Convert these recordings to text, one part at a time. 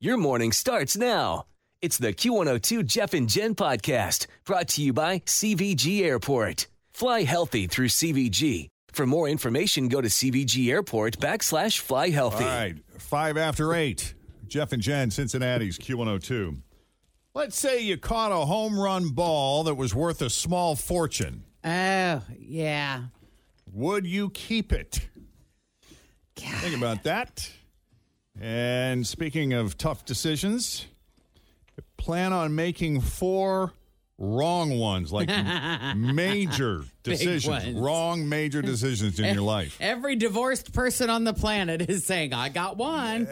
Your morning starts now. It's the Q102 Jeff and Jen podcast brought to you by CVG Airport. Fly healthy through CVG. For more information, go to CVG Airport backslash fly healthy. All right, five after eight. Jeff and Jen, Cincinnati's Q102. Let's say you caught a home run ball that was worth a small fortune. Oh, yeah. Would you keep it? Think about that. And speaking of tough decisions, plan on making four wrong ones, like major decisions, ones. wrong major decisions in your life. Every divorced person on the planet is saying, I got one.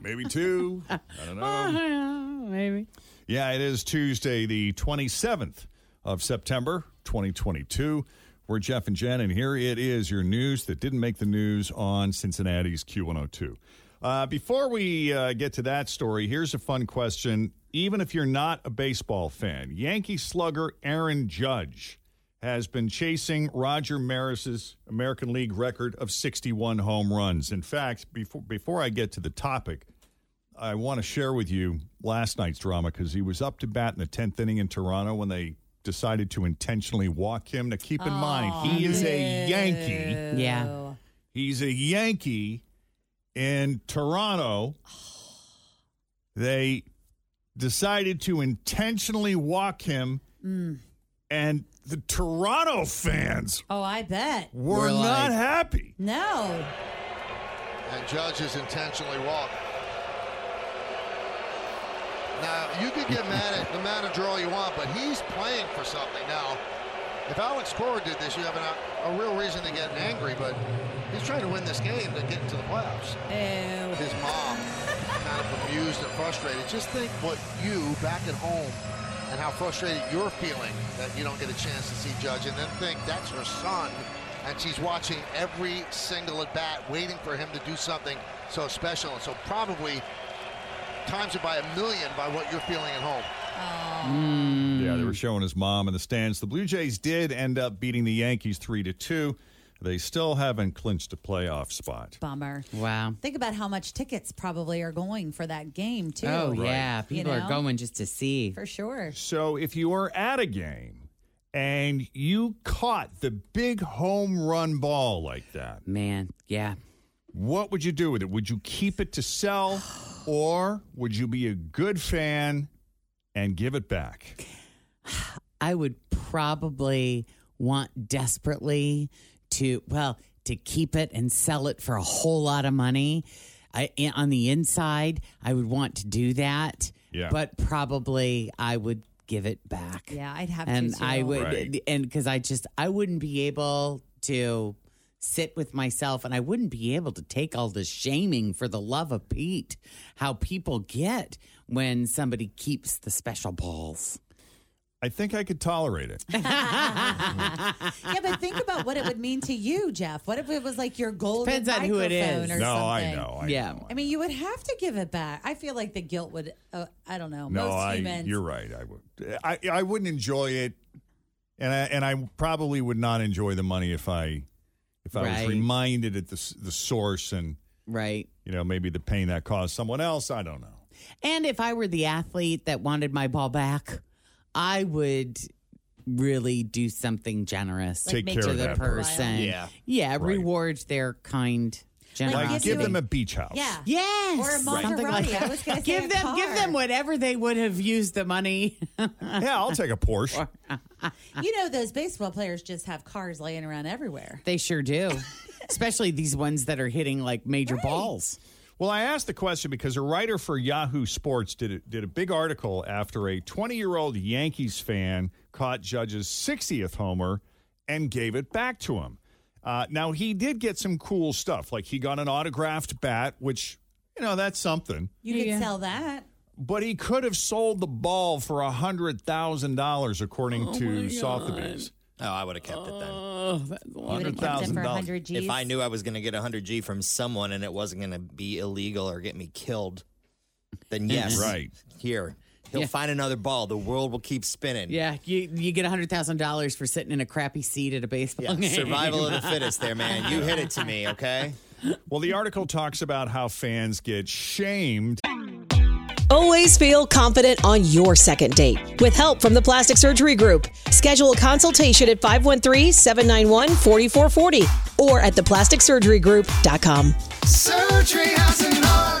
Maybe two. I don't know. Maybe. Yeah, it is Tuesday, the 27th of September, 2022. We're Jeff and Jen, and here it is your news that didn't make the news on Cincinnati's Q102. Uh, before we uh, get to that story, here's a fun question. Even if you're not a baseball fan, Yankee slugger Aaron Judge has been chasing Roger Maris's American League record of 61 home runs. In fact, before, before I get to the topic, I want to share with you last night's drama because he was up to bat in the 10th inning in Toronto when they decided to intentionally walk him. Now, keep in mind, he is a Yankee. Yeah. Oh, He's a Yankee in Toronto. They decided to intentionally walk him, and the Toronto fans Oh, I bet. were, Were like- not happy. No. and Judge is intentionally walked. Now, you could get mad at the manager all you want, but he's playing for something. Now, if Alex Cora did this, you have an, a real reason to get angry, but he's trying to win this game to get into the playoffs. Ew. His mom, kind of bemused and frustrated. Just think what you, back at home, and how frustrated you're feeling that you don't get a chance to see Judge, and then think that's her son, and she's watching every single at bat, waiting for him to do something so special, and so probably times it by a million by what you're feeling at home. Yeah, they were showing his mom in the stands. The Blue Jays did end up beating the Yankees three to two. They still haven't clinched a playoff spot. Bummer. Wow. Think about how much tickets probably are going for that game, too. Oh, yeah. You People know? are going just to see. For sure. So if you were at a game and you caught the big home run ball like that, Man, yeah. what would you do with it? Would you keep it to sell or would you be a good fan and give it back? I would probably want desperately to, well, to keep it and sell it for a whole lot of money. I, in- on the inside, I would want to do that. Yeah. But probably I would give it back. Yeah, I'd have and to. too. I would, Right. and because I just I wouldn't be able to sit with myself, and I wouldn't be able to take all the shaming for the love of Pete. How people get when somebody keeps the special balls. I think I could tolerate it. Yeah, but think about what it would mean to you, Jeff. What if it was like your golden Depends on who it microphone is. or no, I something? know. I Yeah. know. I mean, you would have to give it back. I feel like the guilt would, uh, I don't know. No, most I, humans. you're right. I would. I, I wouldn't enjoy it, and I, and I probably would not enjoy the money if I if I Right. was reminded at the s- the source and Right. you know maybe the pain that caused someone else. I don't know. And if I were the athlete that wanted my ball back, I would really do something generous Take make care to of the that. person. person. Right. Yeah. Yeah. Reward their kind Generosity. Like, give them a beach house. Yeah. Yes, Or a Something like Maserati. I that. was gonna say give a them, car. give them whatever they would have used the money. Yeah, I'll take a Porsche. You know, those baseball players just have cars laying around everywhere. they sure do, especially these ones that are hitting like major balls. Well, I asked the question because a writer for Yahoo Sports did a, did a big article after a 20 year old Yankees fan caught Judge's 60th homer and gave it back to him. Uh, now, he did get some cool stuff, like he got an autographed bat, which, you know, that's something. You could sell that. But he could have sold the ball for $100,000, according to Sotheby's. Oh, I would have kept it then. Oh, that's a lot You would of have kept it for $100,000. 100 G's. If I knew I was going to get 100G from someone and it wasn't going to be illegal or get me killed, then yes. Right. Here. He'll find another ball. The world will keep spinning. Yeah, you you get hundred thousand dollars for sitting in a crappy seat at a baseball Yeah, game. Survival of the fittest there, man. You hit it to me, okay? Well, the article talks about how fans get shamed Always feel confident on your second date. With help from the Plastic Surgery Group, schedule a consultation at 513-791-4440 or at theplasticsurgerygroup.com. Surgery has an art.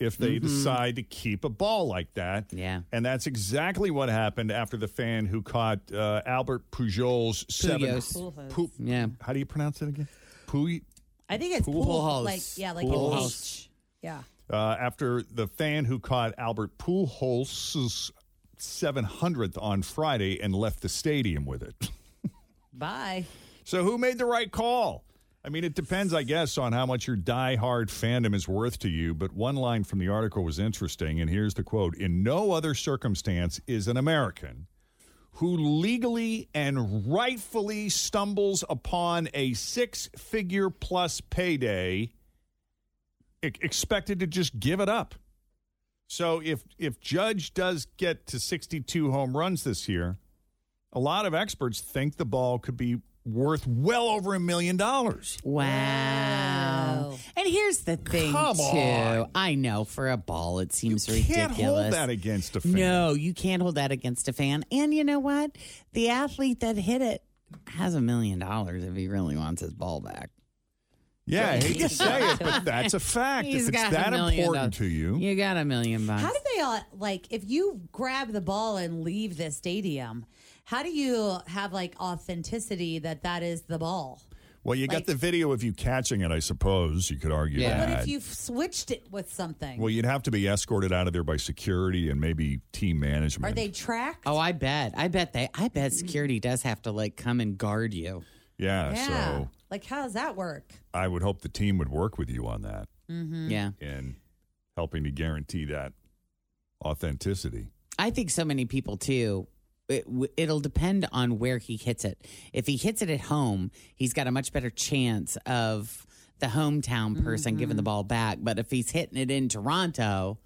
if they decide to keep a ball like that. Yeah. And that's exactly what happened after the fan who caught uh, Albert Pujol's seven. Pujos. Pu- Yeah. how do you pronounce it again? Puy. I think it's Pool pool, house. Like, yeah, like Pool an house. H. Yeah. Uh, after the fan who caught Albert Pujols' 700th on Friday and left the stadium with it. Bye. So who made the right call? I mean, it depends, I guess, on how much your die-hard fandom is worth to you. But one line from the article was interesting, and here's the quote In no other circumstance is an American who legally and rightfully stumbles upon a six figure plus payday e- expected to just give it up. So if if Judge does get to 62 home runs this year, a lot of experts think the ball could be worth well over a million dollars. Wow. And here's the thing, Come too. on. I know for a ball, it seems you can't ridiculous. hold that against a fan. No, you can't hold that against a fan. And you know what? The athlete that hit it has a million dollars if he really wants his ball back. Yeah, I hate to say it, but that's a fact. He's if it's got that a million important dollars. to you, You got a million bucks. How do they all like if you grab the ball and leave the stadium? How do you have like authenticity that that is the ball? well, you got Like- the video of you catching it. I suppose you could argue Yeah. that. What if you've switched it with something? well, you'd have to be escorted out of there by security and maybe team management. Are they tracked? oh, I bet. I bet they. I bet security does have to like come and guard you. Yeah, yeah. So Like, how does that work? I would hope the team would work with you on that Mm-hmm. Yeah. and helping to guarantee that authenticity. I think so many people too. It, w- it'll depend on where he hits it. If he hits it at home, he's got a much better chance of the hometown person giving the Mm-hmm. ball back. But if he's hitting it in Toronto,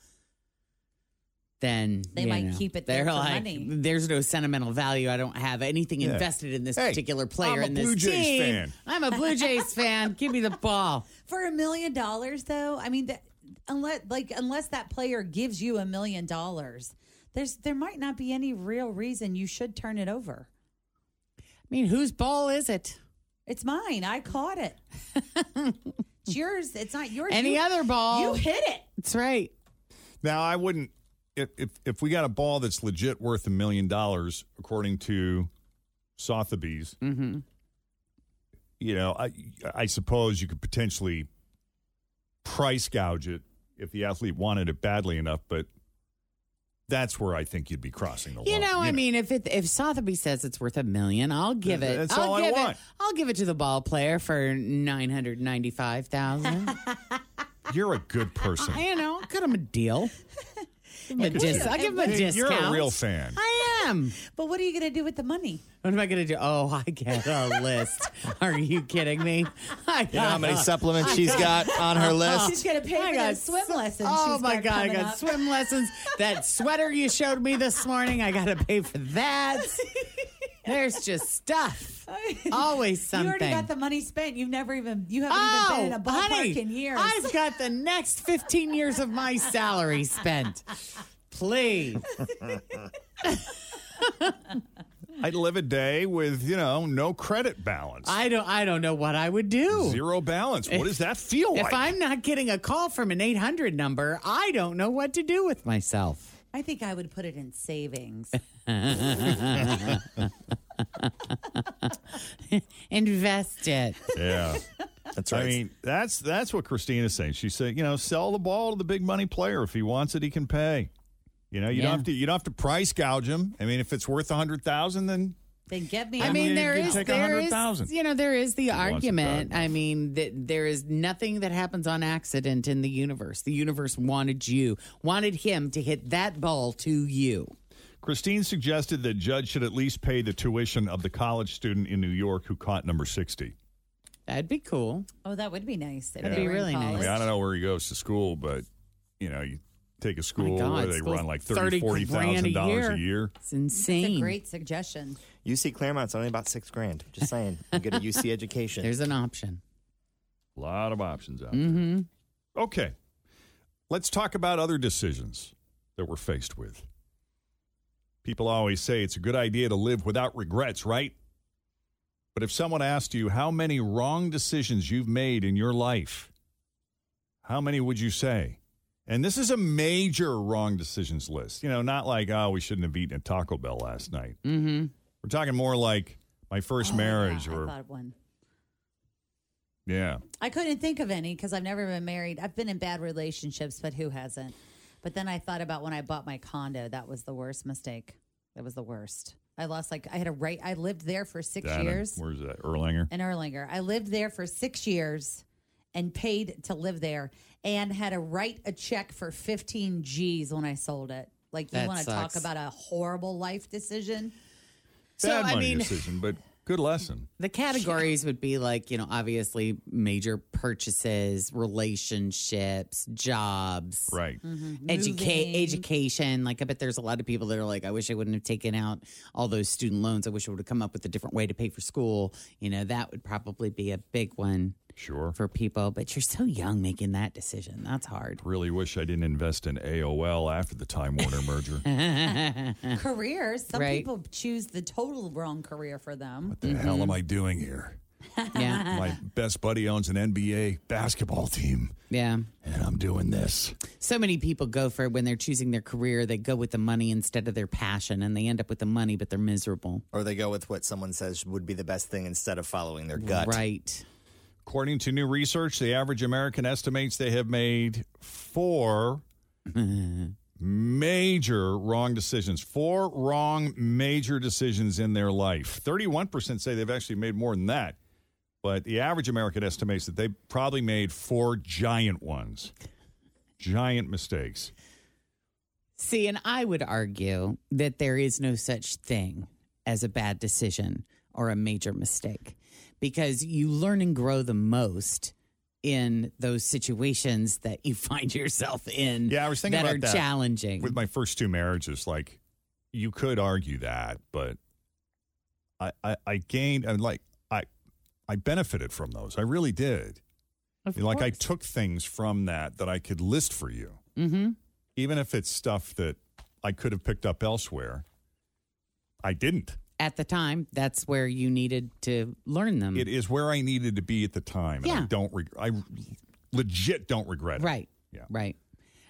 then They you might know, keep it They're there for like, money. there's no sentimental value. I don't have anything Yeah. invested in this Hey, particular player. I'm a in this Blue Jays team. fan. I'm a Blue Jays fan. Give me the ball. For a million dollars, though, I mean, that, unless like unless that player gives you a million dollars, there's there might not be any real reason you should turn it over. I mean, whose ball is it? It's mine. I caught it. it's yours. It's not yours. Any You- other ball? You hit it. That's right. Now, I wouldn't if if, if we got a ball that's legit worth a million dollars, according to Sotheby's. Mm-hmm. You know, I I suppose you could potentially price gouge it if the athlete wanted it badly enough, but that's where I think you'd be crossing the line. You know, I mean, if it, if Sotheby says it's worth a million, I'll give it. That's I'll all I give want. It, I'll give it to the ball player for nine hundred ninety-five thousand. you're a good person. you know, I'll cut him a deal. a dis- I'll give him a Hey, discount. You're a real fan. I am. But what are you going to do with the money? What am I going to do? Oh, I get a list. Are you kidding me? I You know how many got a- supplements she's got on her She's list? going to pay I for got those swim so- lessons. Oh she's my got god, I coming got up. swim lessons. That sweater you showed me this morning, I got to pay for that. There's just stuff. Always something. You already got the money spent. You've never even you haven't oh, even been in a ballpark honey, in years. I've got the next 15 years of my salary spent. Please. I'd live a day with, you know, no credit balance. I don't I don't know what I would do. Zero balance. What does that feel If like? I'm not getting a call from an 800 number, I don't know what to do with myself. I think I would put it in savings. Invest it. yeah. That's I mean, that's that's what Christina's saying. She's saying, you know, sell the ball to the big money player. If he wants it, he can pay. You know, you Yeah. don't have to you don't have to price gouge him. I mean, if it's worth a hundred thousand, then then get me. I a- mean, you there can is, take there is, 100,000. you know, there is the wants it argument. bad I mean, that there is nothing that happens on accident in the universe. The universe wanted you, wanted him to hit that ball to you. Christine suggested that judge should at least pay the tuition of the college student in New York who caught number sixty. That'd be cool. oh, that would be nice. If That'd they be were in really nice. I mean, college. I don't know where he goes to school, but you know, you take a school God, where they school's run like 30 thirty, forty grand thousand a dollars year. a year. It's insane. It's a great suggestion. UC Claremont's only about six grand. Just saying. You get a UC education. There's an option. A lot of options out there. Mm-hmm. Okay. Let's talk about other decisions that we're faced with. People always say it's a good idea to live without regrets, right? But if someone asked you how many wrong decisions you've made in your life, how many would you say? And this is a major wrong decisions list. You know, not like, oh, we shouldn't have eaten at Taco Bell last night. Mm-hmm. We're talking more like my first Oh, marriage yeah, I or, thought of one. yeah. I couldn't think of any because I've never been married. I've been in bad relationships, but who hasn't? But then I thought about when I bought my condo. That was the worst mistake. That was the worst. I lost like I had a right. I lived there for six Dana, years Where's that? Erlanger. in Erlanger. I lived there for six years and paid to live there and had to write a check for 15 G's when I sold it. Like you That want to talk sucks. about a horrible life decision? So, Bad I money mean- decision, but good lesson. The categories would be like, you know, obviously major purchases, relationships, jobs, Right. educate Moving. education. Like I bet there's a lot of people that are like, I wish I wouldn't have taken out all those student loans. I wish I would have come up with a different way to pay for school. You know, that would probably be a big one Sure. for people. But you're so young making that decision. That's hard. Really wish I didn't invest in AOL after the Time Warner merger. what Careers. Some Right. people choose the total wrong career for them. the hell am I doing here? Yeah. My best buddy owns an NBA basketball team, yeah. and I'm doing this. So many people go for when they're choosing their career, they go with the money instead of their passion and they end up with the money, but they're miserable. or they go with what someone says would be the best thing instead of following their gut. Right. According to new research, the average American estimates they have made four major wrong decisions, four wrong major decisions in their life. 31% say they've actually made more than that, but the average American estimates that they probably made four giant ones, giant mistakes. See, and I would argue that there is no such thing as a bad decision or a major mistake because you learn and grow the most in those situations that you find yourself in Yeah, I was thinking that about are that challenging. With my first two marriages, like you could argue that, but I, I, I gained and like I I benefited from those. I really did. like I took things from that that I could list for you, mm-hmm. even if it's stuff that I could have picked up elsewhere. I didn't. At the time, that's where you needed to learn them. It is where I needed to be at the time. And I Hmm. Yeah. don't. Reg- I legit don't regret it. Right. Yeah. Right.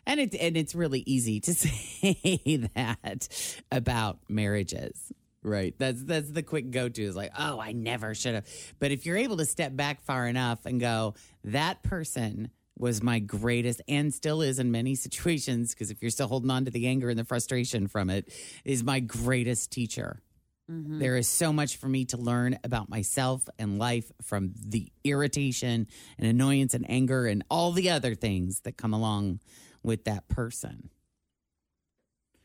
And it's and it's really easy to say that about marriages. Right. That's that's the quick go to is like, oh, I never should have. But if you're able to step back far enough and go, that person was my greatest and still is in many situations, because if you're still holding on to the anger and the frustration from it, is my greatest teacher. There is so much for me to learn about myself and life from the irritation and annoyance and anger and all the other things that come along with that person.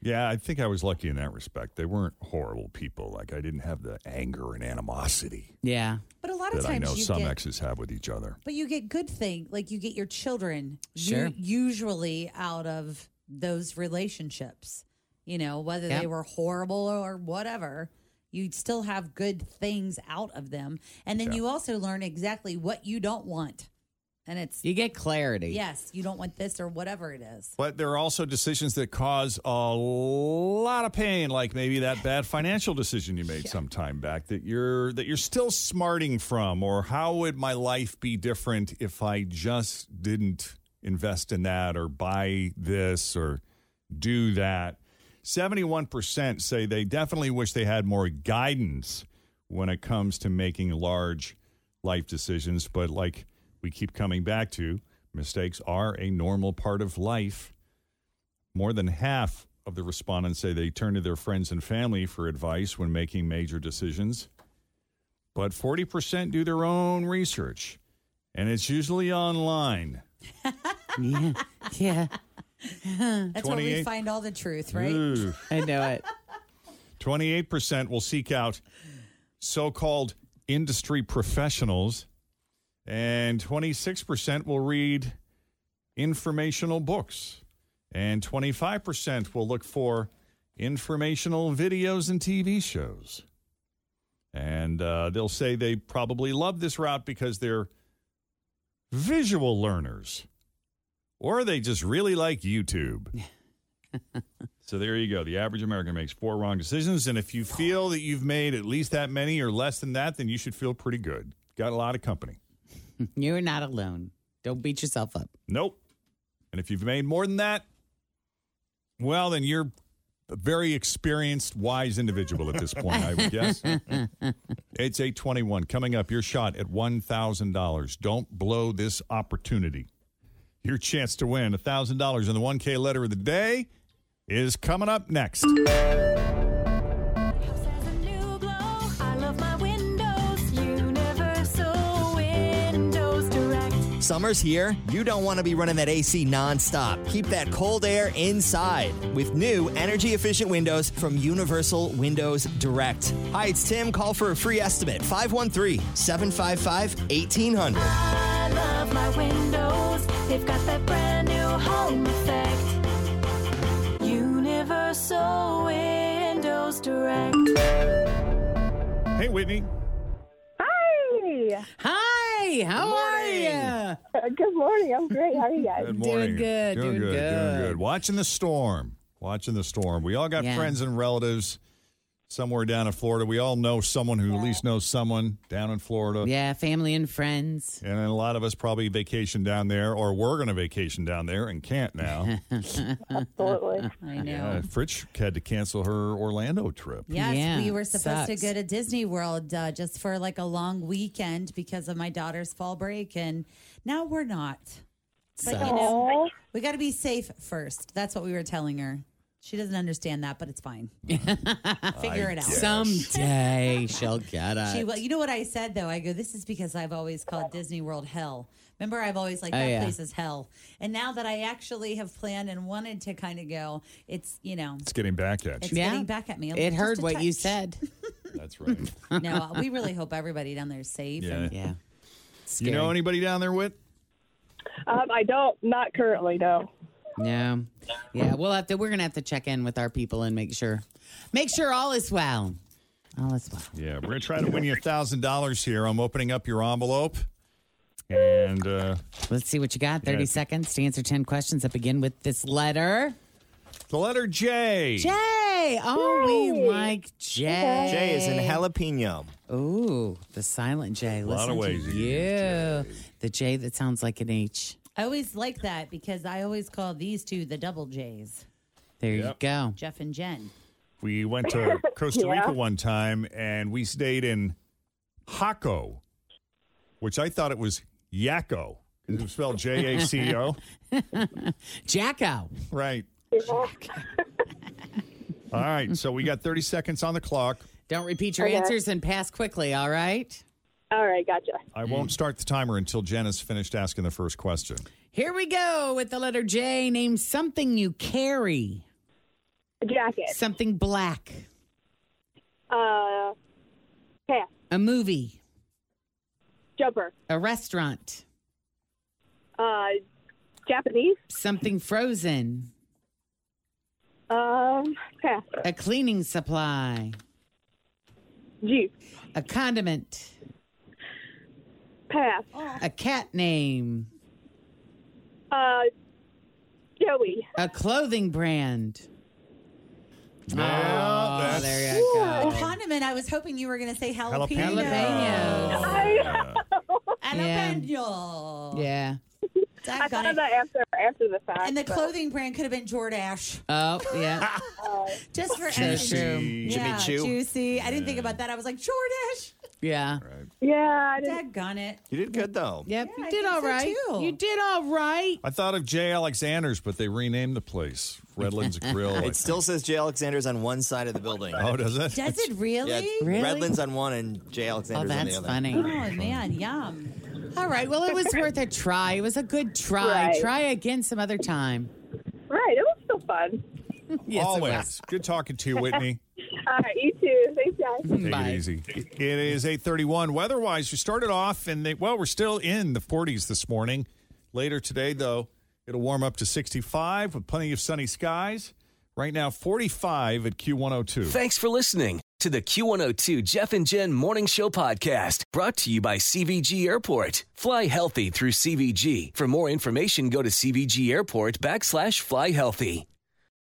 Yeah, I think I was lucky in that respect. They weren't horrible people. Like I didn't have the anger and animosity Yeah. But a lot of that I times know you some get, exes have with each other. but you get good thing, like you get your children u- Sure. usually out of those relationships. You know, whether they Yeah. were horrible or whatever, you still have good things out of them, and then you also learn exactly what you don't want, and it's You get clarity. yes, you don't want this or whatever it is. But there are also decisions that cause a lot of pain, like maybe that bad financial decision you made some time back that you're that you're still smarting from, or how would my life be different if I just didn't invest in that or buy this or do that? 71% say they definitely wish they had more guidance when it comes to making large life decisions. But like we keep coming back to, mistakes are a normal part of life. More than half of the respondents say they turn to their friends and family for advice when making major decisions. But 40% do their own research, and it's usually online. Yeah. yeah. That's where we 28 find all the truth, right? Ooh. I know it. 28% will seek out so called industry professionals, and 26% will read informational books, and 25% will look for informational videos and TV shows. And uh, they'll say they probably love this route because they're visual learners, or they just really like YouTube. So there you go. The average American makes four wrong decisions. And if you feel that you've made at least that many or less than that, then you should feel pretty good. Got a lot of company. You're not alone. Don't beat yourself up. Nope. And if you've made more than that, well, then you're a very experienced, wise individual at this point, I would guess. it's 821. Coming up, your shot at $1,000. Don't blow this opportunity. Your chance to win $1,000 in the 1K letter of the day is coming up next. Summer's here. You don't want to be running that AC nonstop. Keep that cold air inside with new energy efficient windows from Universal Windows Direct. Hi, it's Tim. Call for a free estimate 513 755 1800. I love my windows. They've got that brand new home effect. Universal Windows Direct. Hey, Whitney. Hi. Hi. How are you? Good morning. I'm great. How are you guys? Good Doing morning. good, doing Doing good. good. Watching the storm. Watching the storm. We all got Yeah. friends and relatives somewhere down in Florida. We all know someone who at least knows someone down in Florida. Yeah, family and friends. And then a lot of us probably vacation down there, or we're going to vacation down there and can't now. Absolutely. I know. Uh, Fritch had to cancel her Orlando trip. Yes, Yeah, we were supposed to sucks. go to Disney World uh, just for like a long weekend because of my daughter's fall break, and now we're not. But you know, Aw. we got to be safe first. That's what we were telling her. She doesn't understand that, but it's fine. Figure it out. Someday she'll get it. She, well, you know what I said though? I go, this is because I've always called Disney World hell. Remember, I've always like Oh, that yeah. place is hell. And now that I actually have planned and wanted to kind of go, it's you know, It's getting back at it's you. Yeah. getting back at me. I'm it like, heard just a what you touch. said. That's right. no, uh, we really hope everybody down there is safe. Yeah. And Yeah. You know anybody down there, Whit? Um, I don't. Not currently. No. Yeah. Yeah. We'll have to, we're going to have to check in with our people and make sure, make sure all is well. All is well. Yeah, we're gonna try to win you a thousand dollars here. I'm opening up your envelope, and uh, Let's see what you got. 30 Yeah. seconds to answer 10 questions that begin with this letter. the letter J. J. Oh, we like J. Jay is in jalapeno. Ooh, the silent J. lot Listen of ways to you can you. use The J that sounds like an H. I always like that because I always call these two the double J's, There you Yep. go. Jeff and Jen. We went to Costa Rica Yeah. one time and we stayed in Jaco, which I thought it was Yakko. It was spelled J A C O. Jacko. Right. Yeah. All right. So we got 30 seconds on the clock. Don't repeat your Okay. answers and pass quickly, all right? All right. Gotcha. I won't start the timer until Jen has finished asking the first question. Here we go with the letter J. Name something you carry. A jacket. Something black. Uh, pass. A movie. Jumper. A restaurant. Uh, Japanese. Something frozen. Um, pass. A cleaning supply. Jeep. A condiment. Pass. A cat name. Uh, Joey. A clothing brand. Oh, that's- there you go. The condiment, I was hoping you were going to say jalapeno. Jalapeno. Yeah. I thought of that after after the fact. And the but- clothing brand could have been Jordash. Oh, yeah. Just for Juicy. energy. Jimmy yeah, Choo. Juicy. I didn't think about that. I was like, Jordash. Yeah. Yeah. Daggone it. You did good, though. Yep. I you think did all so, right. too. You did all right. I thought of J. Alexander's, but they renamed the place Redlands Grill. I It still think. says J. Alexander's on one side of the building. Oh, does it? Does it really? Yeah, it's Really? Redlands on one and J. Oh, Alexander's on the that's other. Oh, funny. man. Yum. All right. Well, it was worth a try. It was a good try. Right. Try again some other time. Right. It was still fun. Yes, it Always. was. Good talking to you, Whitney. All right. You too. Thanks, guys. Take Bye. it easy. It is 831. Weather-wise, we started off and they well, we're still in the 40s this morning. Later today though, it'll warm up to 65 with plenty of sunny skies. Right now 45 at Q102. Thanks for listening to the Q102 Jeff and Jen Morning Show Podcast, brought to you by CVG Airport. Fly healthy through CVG. For more information, go to CVG Airport backslash fly healthy.